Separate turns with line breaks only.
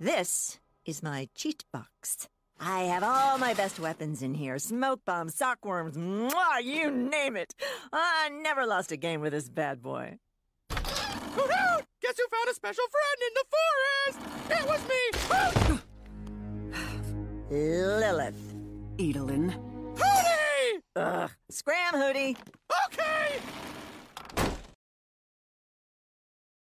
This is my cheat box. I have all my best weapons in here smoke bombs, sockworms, mwah, you name it. I never lost a game with this bad boy.
Hoot! Guess who found a special friend in the forest? It was me! Hoot!
Lilith.
Edelin.
Hootie!
Ugh. Scram, Hootie.